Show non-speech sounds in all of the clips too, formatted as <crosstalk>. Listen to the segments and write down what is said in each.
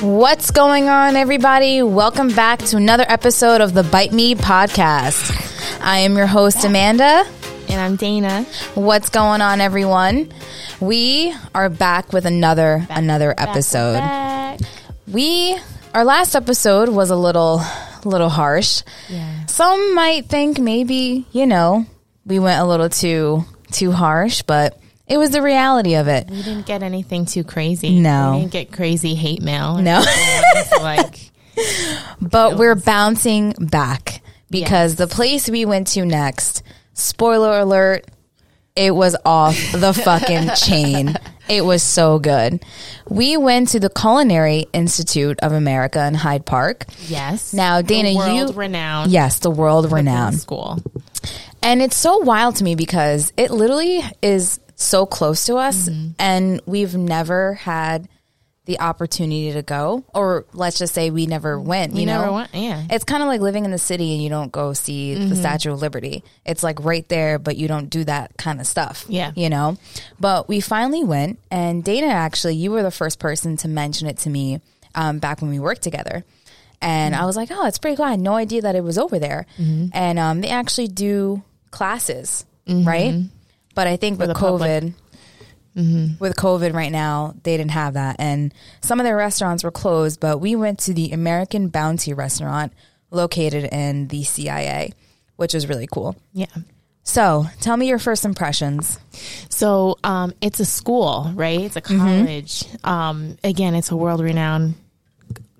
What's going on, everybody? Welcome back to another episode of the Bite Me podcast. I am your host, Amanda. And I'm Dana. What's going on, everyone? We are back with another another episode. Back. We our last episode was a little little harsh. Yeah. Some might think maybe, you know, we went a little too too harsh, but it was the reality of it. We didn't get anything too crazy. No. We didn't get crazy hate mail. No. <laughs> It's like, <laughs> but we're bouncing back because the place we went to next, spoiler alert, it was off <laughs> the fucking chain. It was so good. We went to the Culinary Institute of America in Hyde Park. yes. Now, Dana, you- world renowned Yes, the world renowned. school. And it's so wild to me because it literally is so close to us Mm-hmm. and we've never had the opportunity to go or let's just say we never went, you You know. never went. Yeah. It's kind of like living in the city and you don't go see the Statue of Liberty. It's like right there, but you don't do that kind of stuff. Yeah. You know? But we finally went, and Dana actually, you were the first person to mention it to me um, back when we worked together. And I was like, oh, it's pretty cool. I had no idea that it was over there. And um, they actually do classes, right? But I think with the public. COVID, Mm-hmm. with COVID right now, they didn't have that. And some of their restaurants were closed, but we went to the American Bounty restaurant located in the CIA, which is really cool. Yeah. So tell me your first impressions. So um, it's a school, right? It's a Mm-hmm. college. Um, again, it's a world renowned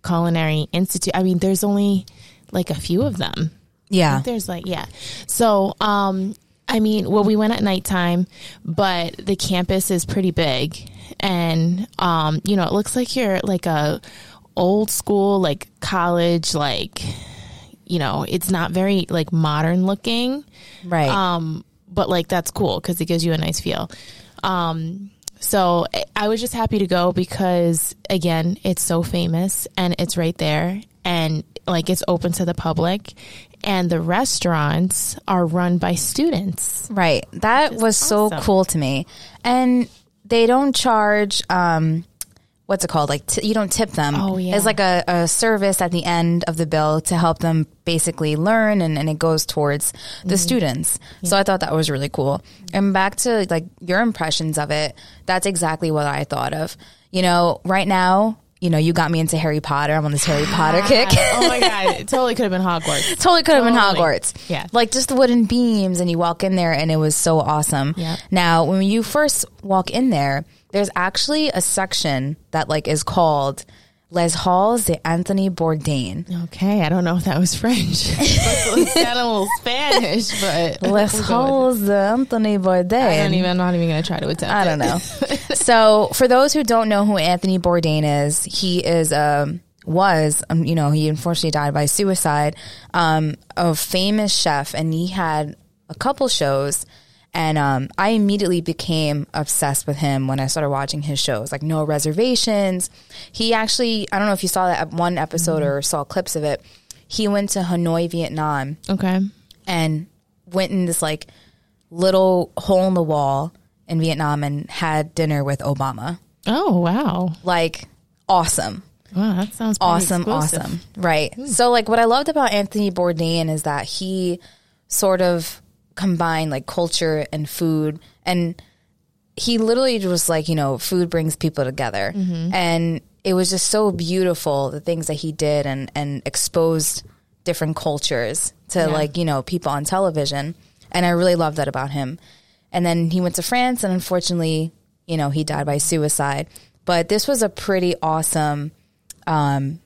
culinary institute. I mean, there's only like a few of them. Yeah. There's like yeah. So um I mean, well we went at nighttime, but the campus is pretty big and um you know, it looks like you're like a old school like college like you know, it's not very like modern looking. Right. Um, but like that's cool because it gives you a nice feel. Um, so I- I was just happy to go because again, it's so famous and it's right there and like it's open to the public and the restaurants are run by students. right. That was so awesome. cool to me. And they don't charge, um, what's it called? Like, t- you don't tip them. Oh, yeah. It's like a, a service at the end of the bill to help them basically learn, and, and it goes towards Mm-hmm. the students. So I thought that was really cool. And back to like your impressions of it, that's exactly what I thought of. You know, right now, you know, you got me into Harry Potter. I'm on this Harry Potter <laughs> kick. <laughs> oh my god, it totally could have been Hogwarts. totally could have been Totally. Hogwarts. Yeah. Like just the wooden beams and you walk in there and it was so awesome. Yeah. Now, when you first walk in there, there's actually a section that like is called Les Halls de Anthony Bourdain. Okay, I don't know if that was <laughs> French. it's got a little Spanish, but Les Halls de Anthony Bourdain. I don't even, I'm not even going to try to attempt. I don't know. so, for those who don't know who Anthony Bourdain is, he is um was um, you know he unfortunately died by suicide, um, a famous chef, and he had a couple shows, and um, I immediately became obsessed with him when I started watching his shows, like No Reservations. He actually, I don't know if you saw that one episode or saw clips of it. He went to Hanoi, Vietnam, Okay. and went in this like little hole in the wall in Vietnam and had dinner with Obama. Oh, wow. Like awesome. Wow, that sounds pretty Awesome, exclusive. Hmm. awesome. Right. So like what I loved about Anthony Bourdain is that he sort of combined like culture and food and he literally was like, you know, food brings people together. And it was just so beautiful the things that he did and and exposed different cultures to like, you know, people on television. And I really loved that about him. And then he went to France and unfortunately, you know, he died by suicide. But this was a pretty awesome um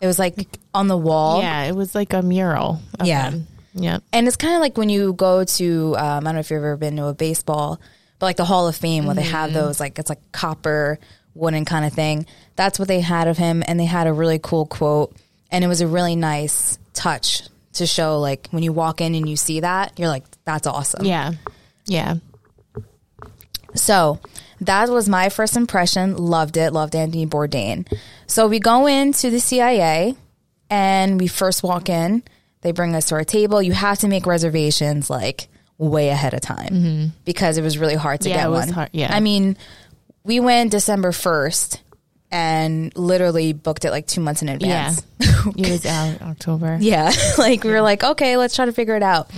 it was like on the wall. Yeah, it was like a mural. of Yeah. them. Yep. And it's kind of like when you go to, um, I don't know if you've ever been to a baseball, but like the Hall of Fame where they have those, like, it's like copper, wooden kind of thing. That's what they had of him. And they had a really cool quote. And it was a really nice touch to show, like, when you walk in and you see that, you're like, that's awesome. Yeah. Yeah. So that was my first impression. Loved it. Loved Anthony Bourdain. So we go into the CIA and we first walk in. They bring us to our table. You have to make reservations like way ahead of time because Mm-hmm. it was really hard to Yeah, get it was one. hard. Yeah. I mean, we went December 1st and literally booked it like two months in <laughs> advance. It was out <laughs> October. Yeah. <laughs> like we were like, okay, let's try to figure it out.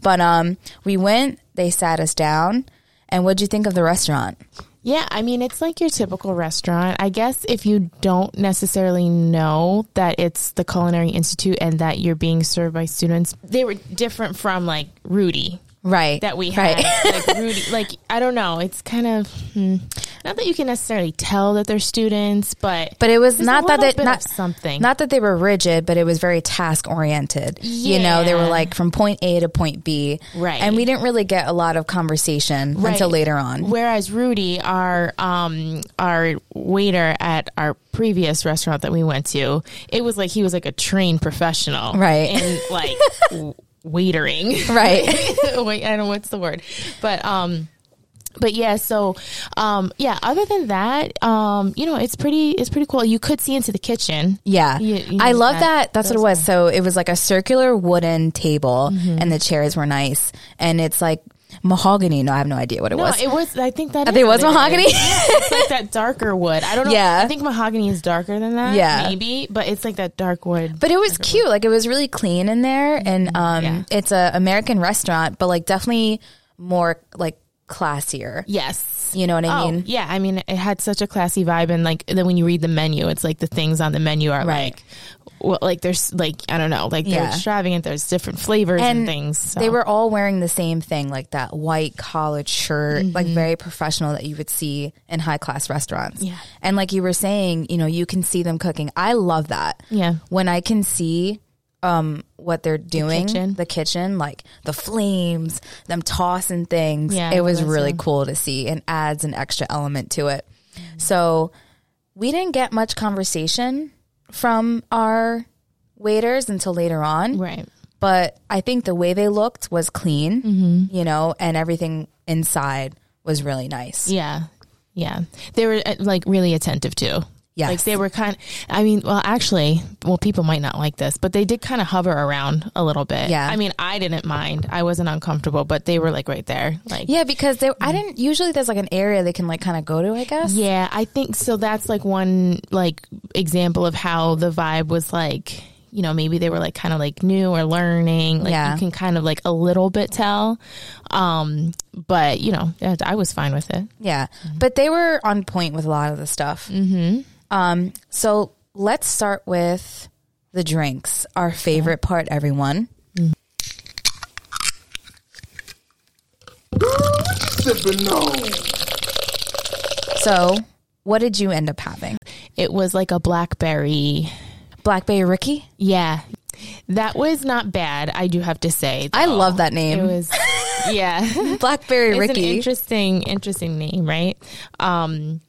But um we went, they sat us down, and what'd you think of the restaurant? Yeah, I mean, it's like your typical restaurant. I guess if you don't necessarily know that it's the Culinary Institute and that you're being served by students, they were different from like Rudy Right. that we had. Right. <laughs> like Rudy, like I don't know, it's kind of hmm, not that you can necessarily tell that they're students, but But it was there's a not that little they bit of not something. Not that they were rigid, but it was very task oriented. You know, they were Yeah. like from point A to point B. Right. And we didn't really get a lot of conversation until Right. later on. Whereas Rudy, our um, our waiter at our previous restaurant that we went to, it was like he was like a trained professional, Right. And <laughs> like w- waitering, <laughs> Right. Wait, I don't know what's the word, but um, but yeah, so um, yeah. Other than that, um, you know, it's pretty it's pretty cool. You could see into the kitchen, Yeah. You- you I know, love that- that. That's what it was. So it was like a circular wooden table Mm-hmm. and the chairs were nice. And it's like mahogany. No, I have no idea what it No, was. it was. I think that I think it is was what mahogany. is. it's <laughs> like that darker wood. I don't know. Yeah. I think mahogany is darker than that. Yeah. maybe, but it's like that dark wood. but it was cute. Like it was really clean in there. And um, Mm-hmm. Yeah. it's a American restaurant, but like definitely more like classier. yes. You know what I Oh, mean? yeah. I mean, it had such a classy vibe, and like then when you read the menu, it's like the things on the menu are Right. like, well, like there's like I don't know, like they're Yeah. extravagant. There's different flavors and, And things. so. They were all wearing the same thing, like that white collared shirt, like Mm-hmm. very professional that you would see in high class restaurants. Yeah. And like you were saying, you know, you can see them cooking. I love that. Yeah. When I can see um what they're doing, the kitchen. kitchen, like the flames, them tossing things. Yeah, I it was love that really cool to see and adds an extra element to it. Mm-hmm. So we didn't get much conversation from our waiters until later on right. but I think the way they looked was clean, you know, and everything inside was really nice. Yeah. Yeah. They were uh, like really attentive too. Yes. Like they were kind I mean, well, actually, well, people might not like this, but they did kind of hover around a little bit. Yeah. I mean, I didn't mind. I wasn't uncomfortable, but they were like right there. Like, Yeah, because they I didn't usually there's like an area they can like kind of go to, I guess. Yeah, I think so. That's like one like example of how the vibe was like. You know, maybe they were like kind of like new or learning. Like Yeah. you can kind of like a little bit tell. Um, but you know, I- I was fine with it. Yeah. But they were on point with a lot of the stuff. Mm-hmm. Um, so let's start with the drinks, our favorite part, everyone. sipping on. So what did you end up having? It was like a blackberry. Blackberry Ricky? Yeah. That was not bad, I do have to say. I love that Oh, It name. was yeah. <laughs> <laughs> Blackberry it's an Ricky. interesting, interesting name, right? Um,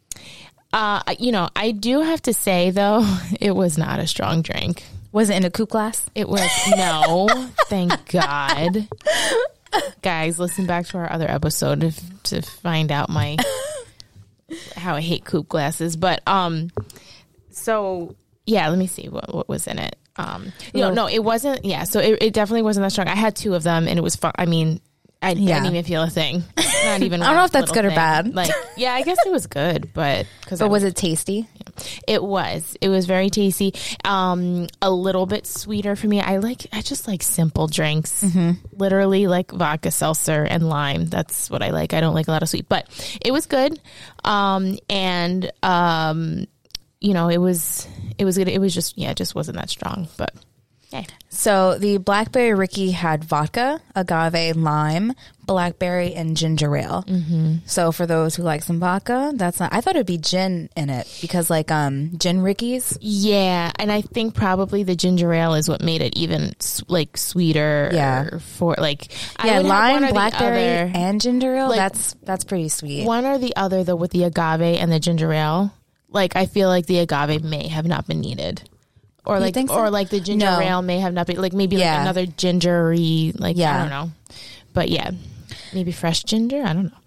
uh, you know, I do have to say though, <laughs> it was not a strong drink. was it in a coupe glass? It was no, thank God. Guys, listen back to our other episode if, to find out my how I hate coupe glasses. But um, so yeah, let me see what, what was in it. Um, you know, no, it wasn't. Yeah, so it, it definitely wasn't that strong. I had two of them, and it was fun. I mean, I, Yeah. didn't even feel a thing. Not even. I don't know if that's good or bad. Like, yeah, I guess it was good, but because But was it tasty? it was. It was very tasty. Um, a little bit sweeter for me. I like. I just like simple drinks. Mm-hmm. Literally like vodka seltzer and lime. That's what I like. I don't like a lot of sweet, but it was good. Um, and um, you know, it was. It was good. It was just yeah, it just wasn't that strong, but. Hey. So the blackberry Ricky had vodka, agave, lime, blackberry, and ginger ale. Mm-hmm. So for those who like some vodka, that's not. I thought it'd be gin in it because like um gin Rickies. Yeah, and I think probably the ginger ale is what made it even s- like sweeter. Yeah. for like I Yeah, would have one or lime, the blackberry, other. and ginger ale. that's that's pretty sweet. one or the other though with the agave and the ginger ale like i feel like the agave may have not been needed or like think so? or like the ginger No. ale may have not been like maybe Yeah. like another gingery like Yeah. i don't know but yeah maybe fresh ginger i don't know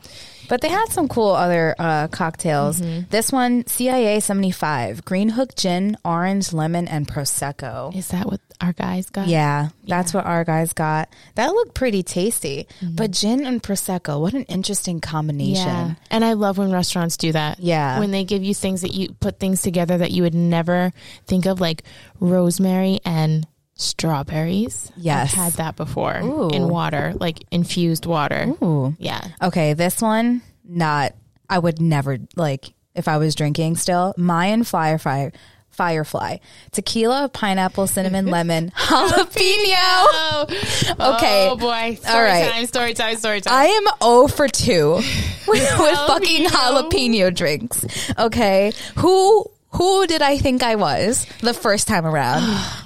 But they had some cool other uh, cocktails. Mm-hmm. This one, CIA seventy five, Green Hook Gin, Orange Lemon, and Prosecco. is that what our guys got. Yeah, that's what our guys got. That looked pretty tasty. But gin and prosecco, what an interesting combination. Mm-hmm. Yeah. And I love when restaurants do that. Yeah. When they give you things that you put things together that you would never think of, like rosemary and strawberries. Yes. I've had that before Ooh. in water, like infused water. Ooh. Yeah. Okay, this one not. I would never like if I was drinking still. Mayan firefly, firefly, tequila, pineapple, <laughs> cinnamon, lemon, jalapeno. Oh, Okay. Oh boy. Story All right. time, story time, story time. I am 0 for 2 with, with fucking jalapeno drinks. Okay. Who who did I think I was the first time around?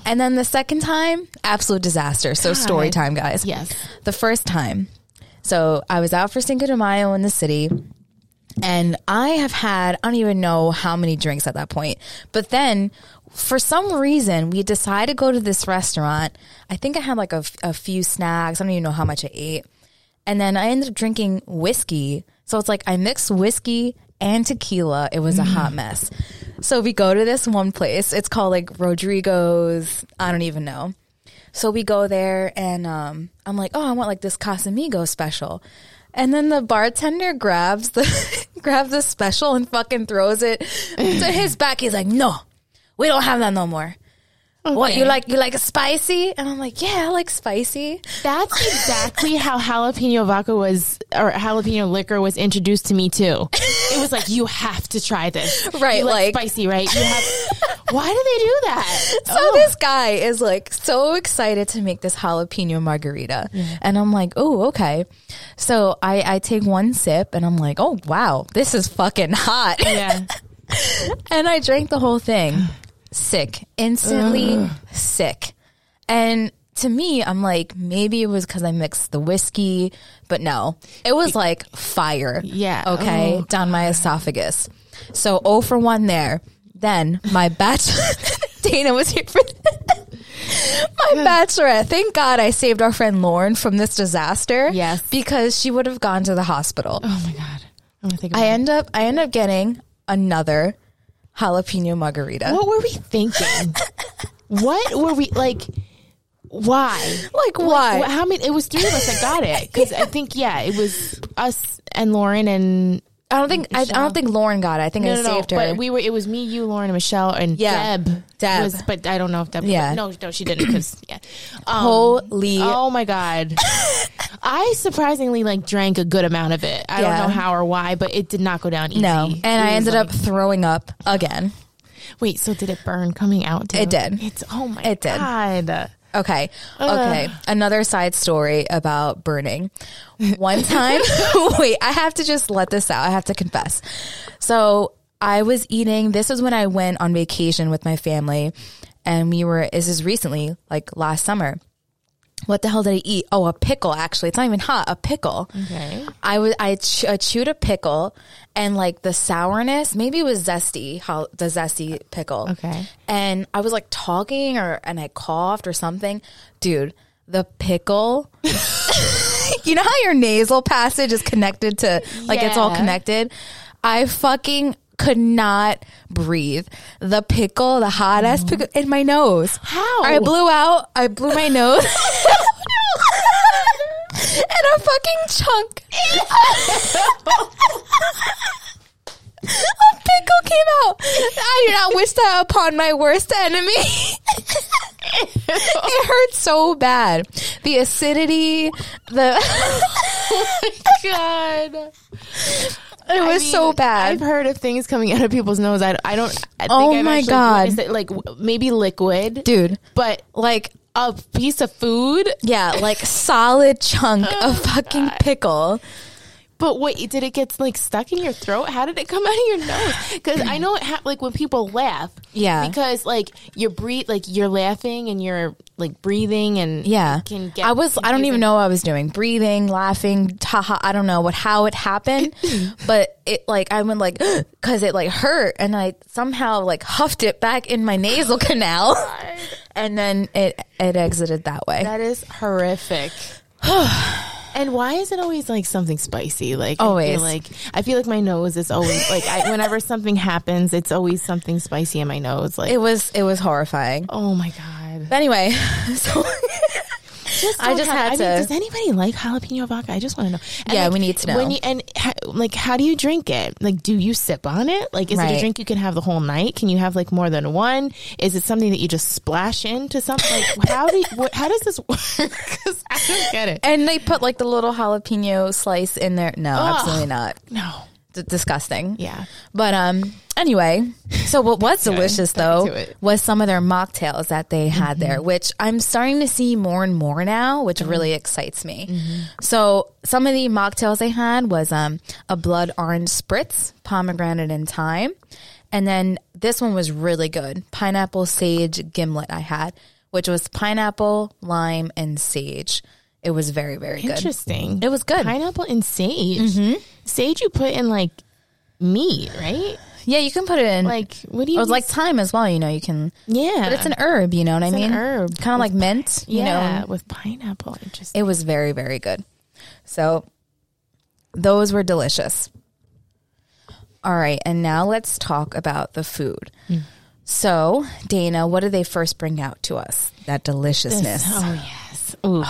and then the second time, absolute disaster. So story God. time, guys. Yes. The first time. So I was out for Cinco de Mayo in the city and I have had I don't even know how many drinks at that point. But then for some reason we decided to go to this restaurant. I think I had like a, f- a few snacks. I don't even know how much I ate. And then I ended up drinking whiskey. So it's like I mixed whiskey and tequila. It was a hot mess. So we go to this one place. It's called like Rodrigo's. I don't even know. So we go there and um, I'm like, oh, I want like this Casamigo special. And then the bartender grabs the <laughs> grabs the special and fucking throws it <laughs> to his back. He's like, no, we don't have that no more. What you Okay. like? You like it spicy? And I'm like, yeah, I like spicy. That's exactly how jalapeno vodka was, or jalapeno liquor was introduced to me too. It was like you have to try this, Right, You like- spicy, right? You <laughs> have. Why do they do that? So this guy is like so excited to make this jalapeno margarita. And I'm like, oh, okay. So I, I take one sip and I'm like, oh, wow, this is fucking hot. <laughs> Yeah, and I drank the whole thing. Sick. Instantly sick. And to me, I'm like, maybe it was because I mixed the whiskey, but no. It was like fire. Yeah. Okay. Oh, down my esophagus. So 0 for 1 there. Then my bachelor, <laughs> Dana was here for my bachelorette. Thank God I saved our friend Lauren from this disaster. Yes. Because she would have gone to the hospital. Oh my god, I'm gonna think. About I end up I end up getting another jalapeno margarita. What were we thinking? what were we like? Why? Like why? Wh- How many? It was three of us that got it because I think yeah, it was us and Lauren and I don't think I, I don't think Lauren got it. I think I saved her. But we were. It was me, you, Lauren, and Michelle, and Yeah. Deb. Deb. Was, but I don't know if Deb. Yeah. No, no, she didn't. Because yeah. Um, Holy Oh my god. <laughs> I surprisingly like drank a good amount of it. I Yeah. don't know how or why, but it did not go down easy. no! And It I was ended like- up throwing up again. Wait, so did it burn coming out? Too? It did. It's oh my. It did. God. Okay. Okay. Another side story about burning. One time, <laughs> wait, I have to just let this out. I have to confess. So I was eating, this is when I went on vacation with my family, and we were, this is recently, like last summer. What the hell did I eat? Oh, a pickle, actually. It's not even hot, a pickle. Okay. I was I, ch- I chewed a pickle, and like the sourness, maybe it was zesty, how the zesty pickle. Okay. And I was like talking, or and I coughed or something, dude. The pickle. <laughs> you know how your nasal passage is connected to like it's all Yeah. connected. I fucking could not breathe. The pickle, the hot ass pickle in my nose. Mm-hmm. How? I blew out. I blew my <laughs> nose. and a fucking chunk. a pickle came out. I do not wish that upon my worst enemy. it hurt so bad. The acidity, <laughs> the Oh <sighs> God. it was so I've bad. heard of things coming out of people's nose. I, I don't. I think Oh I've my actually God. witnessed it, like w- maybe liquid, Dude, but like a piece of food. yeah, like solid chunk Oh of fucking pickle. But wait, did it get like stuck in your throat? How did it come <laughs> out of your nose? Because I know it ha- like when people laugh. Yeah. Because like you breathe, like you're laughing and you're like breathing and Yeah. it can get. I was I don't even know what I was doing. Breathing, laughing, haha, I don't know what how it <laughs> happened, but it like I went like <gasps> cuz it like hurt and I somehow like huffed it back in my <laughs> Oh nasal canal. and then it it exited that way. That is <sighs> horrific. and why is it always like something spicy? Like I Always. feel like I feel like my nose is always like I, whenever something happens, it's always something spicy in my nose. Like it was it was horrifying. oh my god. God. But anyway, <laughs> so I don't just have- had I mean, to- does anybody like jalapeno vodka? I just want to know. And, Yeah, like, we need to know. When you, and ha, like, how do you drink it? Like, do you sip on it? Like, is it a Right. drink you can have the whole night? Can you have like more than one? Is it something that you just splash into something? Like, <laughs> how do you, what, how does this work? <laughs> 'Cause I don't get it. and they put like the little jalapeno slice in there. No, absolutely not. No. D- disgusting. Yeah. But um, anyway, so what was <laughs> delicious back to though it. Mm-hmm. was some of their mocktails that they had there, which I'm starting to see more and more now, which really excites me. Mm-hmm. So some of the mocktails they had was um a blood orange spritz, pomegranate and thyme, and then this one was really good, pineapple sage gimlet. I had, which was pineapple, lime, and sage. It was very very good. Interesting. It was good. Mm-hmm. Pineapple and sage. Sage you put in like meat, right? yeah, you can put it in. Like, what do you? Or it's like thyme as well. You know, you can. yeah, But it's an herb, you know what I an mean? herb. Kind of like mint, you yeah, know. with pineapple. Interesting. It was very, very good. So those were delicious. All right, and now let's talk about the food. Mm. So, Dana, what did they first bring out to us? That deliciousness. Oh yes. Ooh.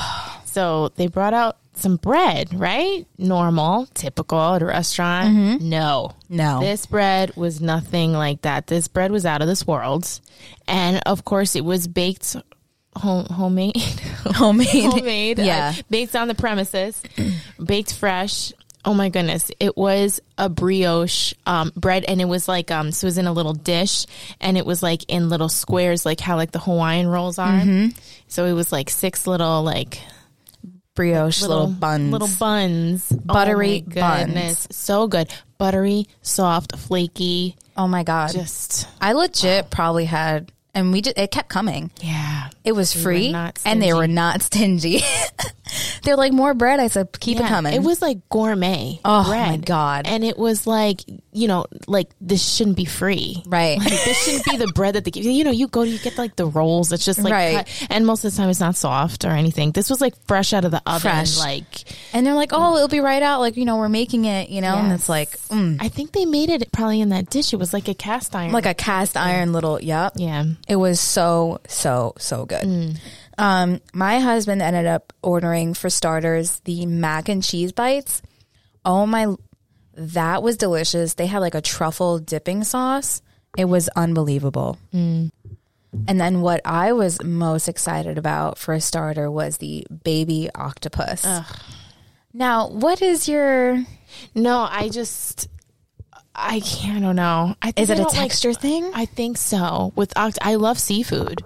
so they brought out some bread, right? Normal, typical at a restaurant. Mm-hmm. No, No. This bread was nothing like that. This bread was out of this world, and of course, it was baked home, <laughs> homemade, <laughs> Homemade. <laughs> homemade, uh, Yeah. baked on the premises, <clears throat> baked fresh. Oh my goodness! It was a brioche um, bread, and it was like um, so it was in a little dish, and it was like in little squares, like how like the Hawaiian rolls are. Mm-hmm. So it was like six little like Brioche, little, buns. little buns, Buttery oh my goodness, so good, buttery, soft, flaky, oh my God. just I legit probably had, and we just, it kept coming. yeah. It was free, not and they stingy. were not <laughs> stingy. They're like more bread. I said, keep it Yeah, coming. It was like gourmet. Oh, bread. my God. And it was like you know, like this shouldn't be free, Right. Like, this shouldn't be the bread that they give you. You know, you go to you get like the rolls. It's just like, Right. cut- and most of the time it's not soft or anything. This was like fresh out of the oven, Fresh. like. and they're like, oh, it'll be right out. Like you know, we're making it. You know, and Yes. it's like, mm, I think they made it probably in that dish. It was like a cast iron. like a cast iron little. Yep. yeah. It was so so so good. Um, my husband ended up ordering for starters the mac and cheese bites. Oh my, that was delicious. They had like a truffle dipping sauce. It was unbelievable. And then what I was most excited about for a starter was the baby octopus. Now, what is your? No, I just I can't. I don't know. I think Is it I a don't like- texture thing? I think so. With oct- I love seafood.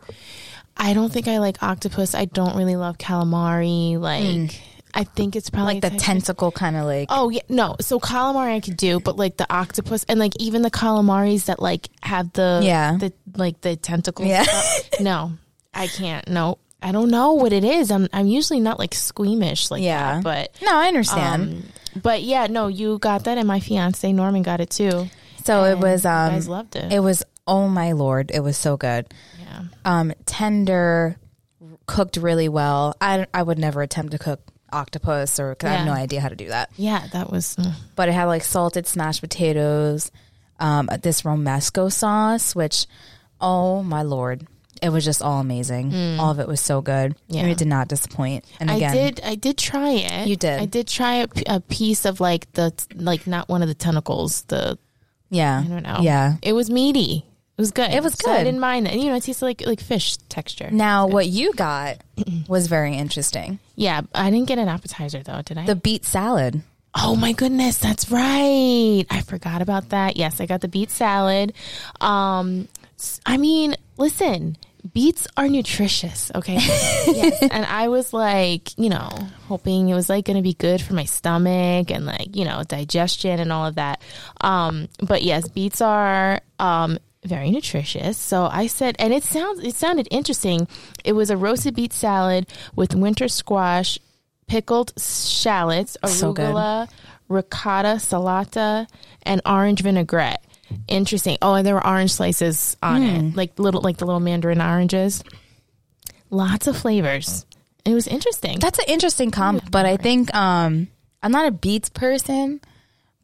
I don't think I like octopus. I don't really love calamari. Like I think it's probably Mm. Like the texture- tentacle kind of like. Oh yeah, no. So calamari I could do, but like the octopus and like even the calamaris that like have the Yeah. the like the tentacles. Yeah. <laughs> stuff. no, I can't. No, I don't know what it is. I'm I'm usually not like squeamish like Yeah. that, but No, I understand. um, but yeah, no, you got that, and my fiance Norman got it too. so it was. you Um, guys loved it. It was oh my lord, it was so good. Yeah. Um tender, cooked really well. I I would never attempt to cook octopus or 'cause I have Yeah. no idea how to do that. Yeah, that was. mm. But it had like salted smashed potatoes, um this romesco sauce which oh my lord, it was just all amazing. All of it was so good. Mm. Yeah. And it did not disappoint. And I again, did. I did try it. You did. I did try a, p- a piece of like the like not one of the tentacles. The yeah. I don't know. Yeah. it was meaty. It was good. It was So I good. didn't mind it. You know, it tasted like like fish texture. Now what you <clears throat> got was very interesting. Yeah, I didn't get an appetizer though, did I? The beet salad. oh my goodness, that's right. I forgot about that. Yes, I got the beet salad. Um, s- I mean, listen. Beets are nutritious, okay? yes. <laughs> And I was like, you know, hoping it was like going to be good for my stomach and like, you know, digestion and all of that. Um, but yes, beets are um, very nutritious. So I said, and it sounds, it sounded interesting. It was a roasted beet salad with winter squash, pickled shallots, So good. arugula, ricotta, salata, and orange vinaigrette. Interesting. Oh, and there were orange slices on Hmm. it, like little, like the little mandarin oranges. Lots of flavors. It was interesting. That's an interesting comp, but I think um I'm not a beets person,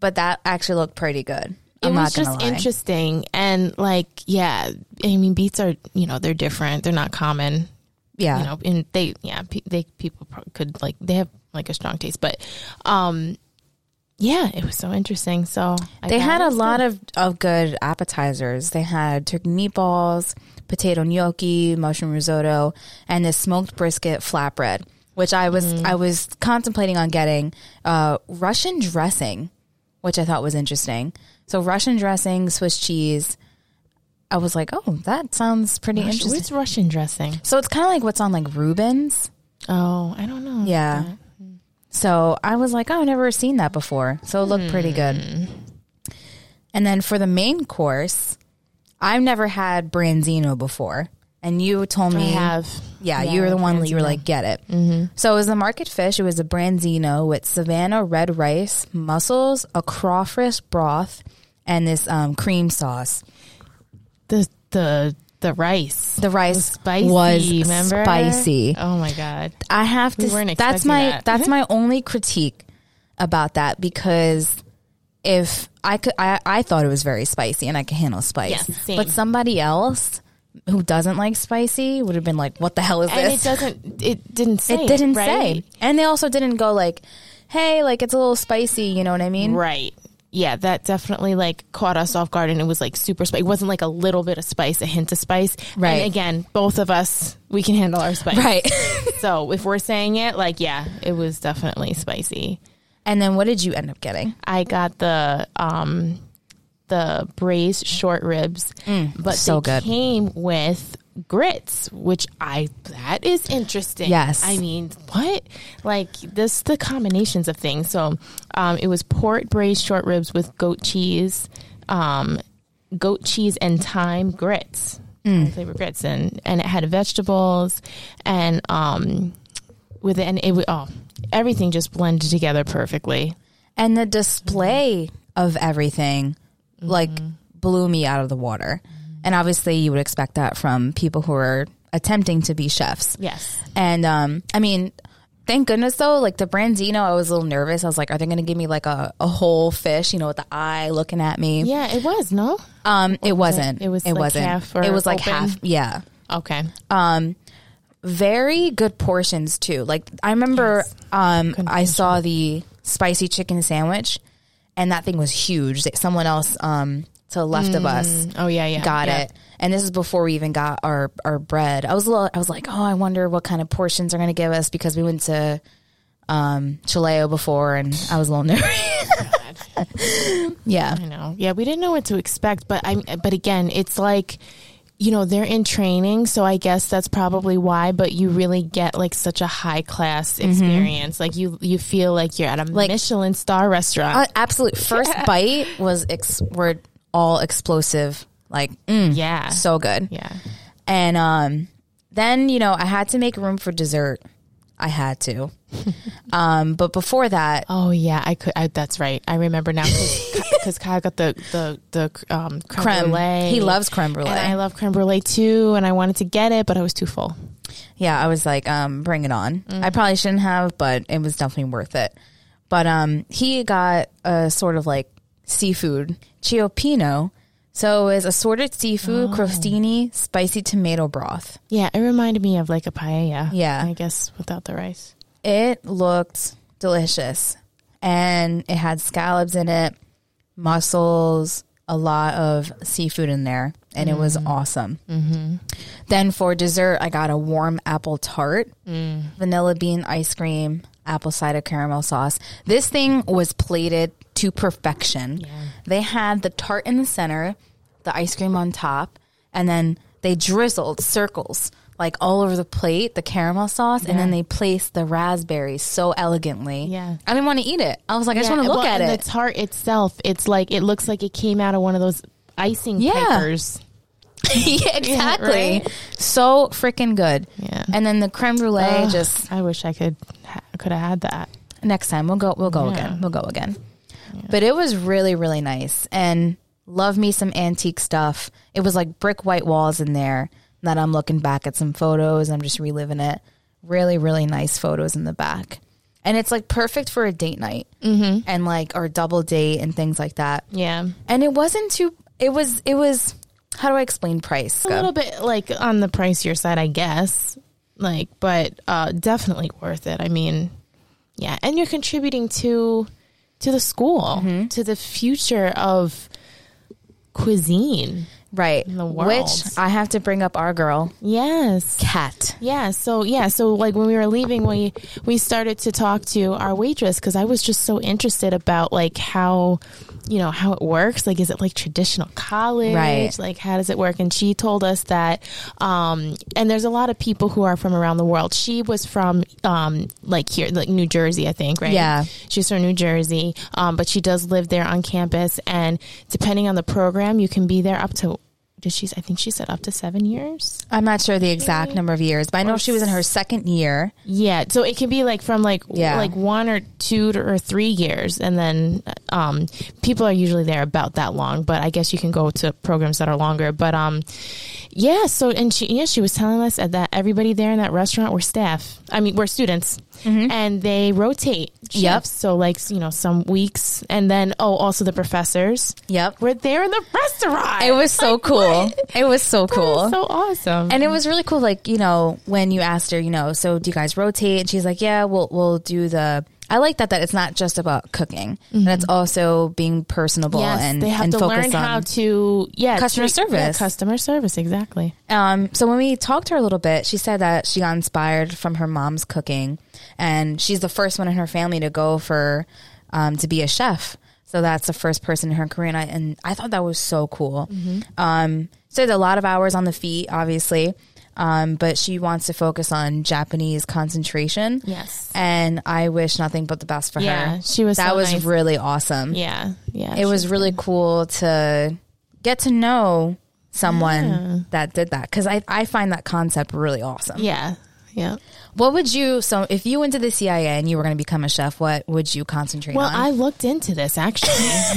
but that actually looked pretty good. it I'm was not gonna just lie. interesting and like yeah i mean beats are you know they're different they're not common Yeah. you know and they yeah pe- they people pro- could like they have like a strong taste but um yeah it was so interesting so I they got had it. a It's lot good. of, of good appetizers. They had turkey meatballs, potato gnocchi, mushroom risotto, and this smoked brisket flatbread, which I was I was contemplating on getting uh, Russian dressing, which I thought was interesting. So Russian dressing, Swiss cheese. I was like, oh, that sounds pretty Rush- interesting. where's russian dressing So it's kind of like what's on like Rubens. oh i don't know Yeah. So I was like, oh, I've never seen that before. So it looked pretty Hmm. good. And then for the main course, I've never had branzino before. And you told i me, have yeah, you were the one that you were branzino. Mm-hmm. like, get it. So it was the market fish. It was a branzino with Savannah red rice, mussels, a crawfish broth, and this um, cream sauce. the the the rice The rice spicy was remember spicy. oh my god I have to. We weren't that's expecting my that. Mm-hmm. that's my only critique about that because if I could, I, I thought it was very spicy and I can handle spice, Yes, same. but somebody else who doesn't like spicy would have been like, "What the hell is and it this?" doesn't it didn't say It didn't right? say, and they also didn't go like, "Hey, like it's a little spicy." You know what I mean? Right. Yeah, that definitely like caught us off guard and it was like super spice. It wasn't like a little bit of spice, a hint of spice. Right. And again, both of us, we can handle our spice. Right. <laughs> <laughs> So if we're saying it, like, yeah, it was definitely spicy. and then what did you end up getting? I got the, um, the braised short ribs, but Mm, so they good. came with grits, which I that is interesting. Yes. I mean, what like this the combinations of things. So, um, it was port braised short ribs with goat cheese, um, goat cheese and thyme grits, Mm. flavor grits, and and it had vegetables and um, with it, and it wa- oh everything just blended together perfectly. and the display of everything Mm-hmm. like blew me out of the water and obviously you would expect that from people who are attempting to be chefs Yes. and um i mean thank goodness though like the branzino i was a little nervous i was like are they gonna give me like a, a whole fish you know with the eye looking at me Yeah, it was no. um it wasn't it was it like wasn't half or it was like open? half yeah Okay. very good portions too. Like I remember um I saw the spicy chicken sandwich and that thing was huge. That Someone else um to the left of us Oh yeah, yeah. got yeah. it. And this is before we even got our our bread. I was a little, I was like, "Oh, I wonder what kind of portions are going to give us because we went to um Chileo before and I was a little <laughs> nervous." yeah. I know. Yeah, we didn't know what to expect, but I but again, it's like you know, they're in training, so I guess that's probably why, but you really get like such a high class Mm-hmm. experience. Like you you feel like you're at a Michelin star restaurant. Uh, absolute first bite was ex- were all explosive like mm, yeah. so good. yeah. And um, then, you know, I had to make room for dessert. I had <laughs> to. um, but before that, Oh yeah, I could I, that's right. I remember now cuz Kyle got the the the um creme, creme. brulee. He loves creme and brulee. I love creme brulee too, and I wanted to get it, but I was too full. yeah, I was like, um, bring it on. Mm. I probably shouldn't have, but it was definitely worth it. But um, he got a sort of like seafood chiopino. So it was assorted Oh. seafood, crostini, spicy tomato broth. Yeah, it reminded me of like a paella. Yeah. I guess without the rice. It looked delicious. And it had scallops in it, mussels, a lot of seafood in there. And it Mm. was awesome. Mm-hmm. Then for dessert, I got a warm apple tart, Mm. vanilla bean ice cream, apple cider caramel sauce. This thing was plated to perfection. They had the tart in the center, the ice cream on top, and then they drizzled circles like all over the plate, the caramel sauce, and then they placed the raspberries so elegantly. Yeah. I didn't want to eat it. I was like, I just Yeah, want to look well, at and it. The tart itself, it's like it looks like it came out of one of those icing Yeah. papers. yeah, exactly. right? So freaking good. Yeah. And then the creme brulee Ugh, just I wish I could ha- could have had that. next time we'll go we'll go again we'll go again but it was really really nice and love me some antique stuff it was like brick white walls in there that i'm looking back at some photos i'm just reliving it really really nice photos in the back and it's like perfect for a date night and like or double date and things like that. Yeah. And it wasn't too. It was. It was. How do I explain price? A little bit like on the pricier side, I guess. Like, but uh, definitely worth it. I mean, yeah, and you're contributing to to the school, Mm-hmm. to the future of cuisine. right. the world. Which I have to bring up our girl, Yes. Kat. Yeah, so yeah, so like when we were leaving, we we started to talk to our waitress because I was just so interested about like how, you know, how it works. Like, is it like traditional college? Right. Like, how does it work? And she told us that, um, and there's a lot of people who are from around the world. She was from um, like here, like New Jersey, I think, right? Yeah. She's from New Jersey, um, but she does live there on campus. And depending on the program, you can be there up to. Did she? I think she said up to seven years. I'm not sure the exact number of years, but I know she was in her second year. Yeah, so it can be like from like Yeah. like one or two to, or three years, and then um, people are usually there about that long. But I guess you can go to programs that are longer. But um, yeah. So and she yeah she was telling us at that everybody there in that restaurant were staff. I mean, were students, and they rotate. Shifts. Mm-hmm. Yep. So like you know some weeks, and then oh also the professors. Yep. Were there in the restaurant. It was so cool. It was so cool. so awesome. And it was really cool, like, you know, when you asked her, you know, so do you guys rotate? And she's like, Yeah, we'll we'll do the I like that that it's not just about cooking. And it's also being personable Yes, and, they have and to learn focus on how to yeah customer treat- yeah, service. customer service exactly. Um, so when we talked to her a little bit, she said that she got inspired from her mom's cooking, and she's the first one in her family to go for um, to be a chef. So that's the first person in her career, and I, and I thought that was so cool. Mm-hmm. Um, so there's a lot of hours on the feet, obviously, um, but she wants to focus on Japanese concentration. Yes. and I wish nothing but the best for Yeah, her. she was that so was nice. really awesome. Yeah, yeah. It was really cool to get to know someone that did that because I, I find that concept really awesome. yeah, yeah. What would you, so if you went to the CIA and you were going to become a chef, what would you concentrate Well, on? I looked into this actually. <laughs>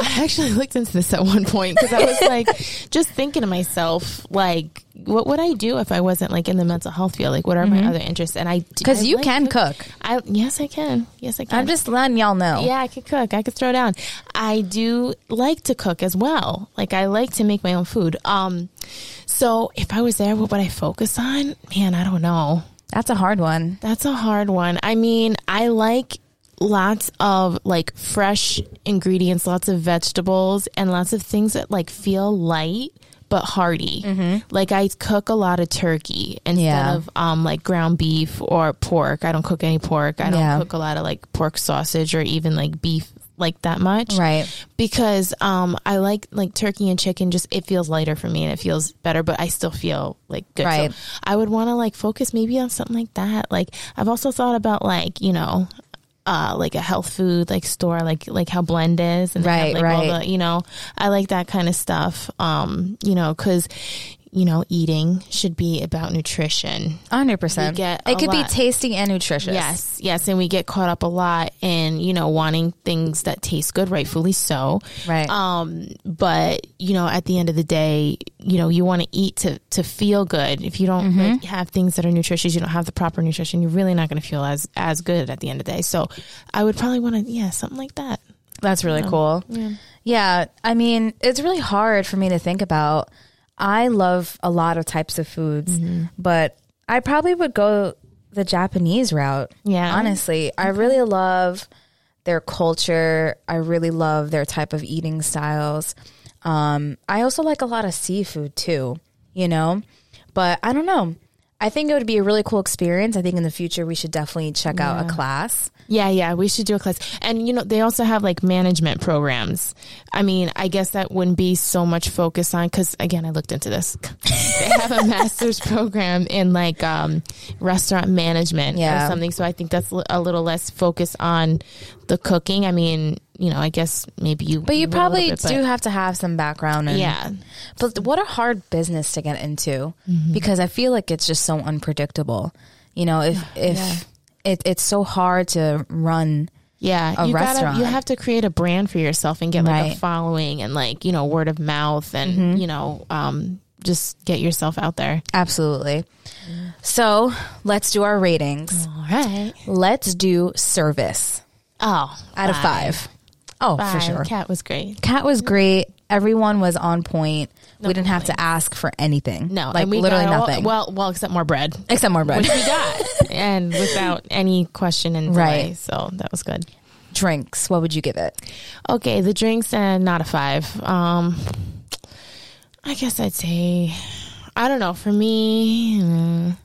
I actually looked into this at one point because I was like, <laughs> just thinking to myself, like, what would I do if I wasn't like in the mental health field? Like, what are my other interests? And I Because I Mm-hmm. you like can cook. I yes, I can. Yes, I can. I'm just letting y'all know. Yeah, I could cook. I could throw down. I do like to cook as well. Like I like to make my own food. Um, so if I was there, what would I focus on? Man, I don't know. That's a hard one. That's a hard one. I mean, I like lots of like fresh ingredients, lots of vegetables, and lots of things that like feel light but hearty. Like I cook a lot of turkey instead Mm-hmm. Yeah. of um like ground beef or pork. I don't cook any pork. I don't Yeah. cook a lot of like pork sausage or even like beef like that much Right. because um I like like turkey and chicken just it feels lighter for me and it feels better but I still feel like good So Right. I would want to like focus maybe on something like that like I've also thought about like you know uh like a health food like store like like how blend is and they have, Right, like, all right. the- you know I like that kind of stuff um you know cuz you know eating should be about nutrition 100%. You get a it could lot. be tasty and nutritious. Yes, yes, and we get caught up a lot in you know wanting things that taste good, rightfully so. Right. Um, but you know, at the end of the day, you know, you want to eat to to feel good. If you don't like, have things that are nutritious, you don't have the proper nutrition. You're really not going to feel as as good at the end of the day. So, I would probably want to, yeah, something like that. That's really cool. Yeah. I mean, it's really hard for me to think about. I love a lot of types of foods, but I probably would go the Japanese route. Yeah. Honestly, I really love their culture. I really love their type of eating styles. Um, I also like a lot of seafood too, you know? But I don't know. I think it would be a really cool experience. I think in the future we should definitely check out a class. Yeah, yeah, we should do a class. And you know, they also have like management programs. I mean, I guess that wouldn't be so much focus on cuz again, I looked into this. <laughs> they have a master's program in like um restaurant management Yeah. or something, so I think that's li- a little less focus on the cooking. I mean, you know, I guess maybe you But you will a little probably bit, but- do have to have some background. And, Yeah. But what a hard business to get into Mm-hmm. because I feel like it's just so unpredictable. You know, if if it, it's so hard to run. Yeah, a you restaurant. you have to create a brand for yourself and get like Right. Mm-hmm. a following and like you know word of mouth and you know um just get yourself out there. Absolutely. So let's do our ratings. All right. Let's do service Oh, out of five. Oh, for sure. Cat was great. Cat was great. Everyone was on point. we didn't have to ask for anything. No, like and we literally got all- nothing. well, well, except more <laughs> bread, except more bread. <laughs> which we got, and without any question and delay. Right. So that was good. Drinks. What would you give it? Okay, the drinks and not a five. Um, I guess I'd say, I don't know. For me, mm,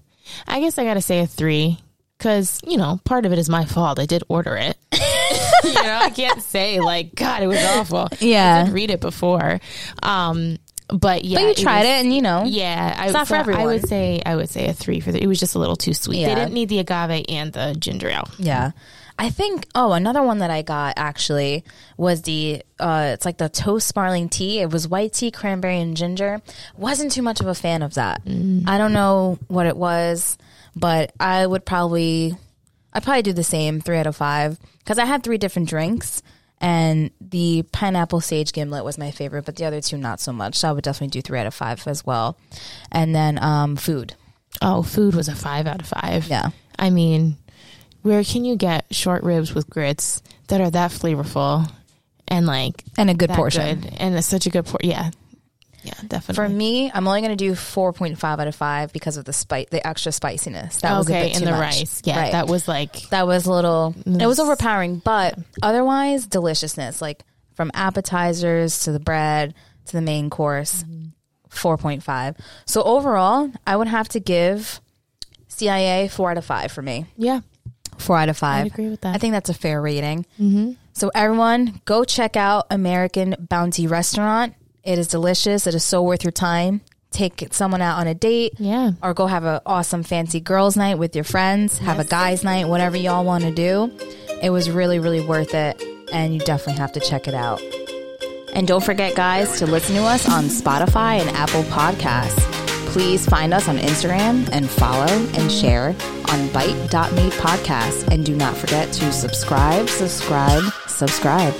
I guess I gotta say a three because you know part of it is my fault. I did order it. <laughs> you know, I can't say like God, it was awful. I Yeah. did read it before, um, but yeah, But you tried was- it, and you know. Yeah, I, not for I everyone. would say I would say a three for the. It was just a little too sweet. Yeah. They didn't need the agave and the ginger ale. Yeah. I think oh another one that I got actually was the uh it's like the toast sparling tea. It was white tea, cranberry and ginger. Wasn't too much of a fan of that. Mm. I don't know what it was, but I would probably I probably do the same, 3 out of 5 cuz I had three different drinks and the pineapple sage gimlet was my favorite, but the other two not so much. So I would definitely do 3 out of 5 as well. And then um food. Oh, food was a five out of five. Yeah. I mean, where can you get short ribs with grits that are that flavorful and like And a good that portion. good and it's such a good portion? Yeah, yeah, definitely. For me, I'm only going to do 4.5 out of 5 because of the spice, the extra spiciness. That was a okay, bit and too the much. rice. Yeah, Right. that Mm. was like that was a little it was overpowering, but otherwise deliciousness like from appetizers to the bread to the main course 4.5. So overall, I would have to give CIA 4 out of 5 for me. yeah. 4 out of 5. agree with that. I think that's a fair rating. Mm-hmm. So everyone, go check out American Bounty Restaurant. It is delicious. It is so worth your time. Take someone out on a date. Yeah. Or go have an awesome fancy girls' night with your friends. Have a guys' night, whatever y'all want to do. It was really, really worth it. And you definitely have to check it out. And don't forget, guys, to listen to us on Spotify and Apple Podcasts. Please find us on Instagram and follow and share on bite.me podcast. And do not forget to subscribe, subscribe, subscribe.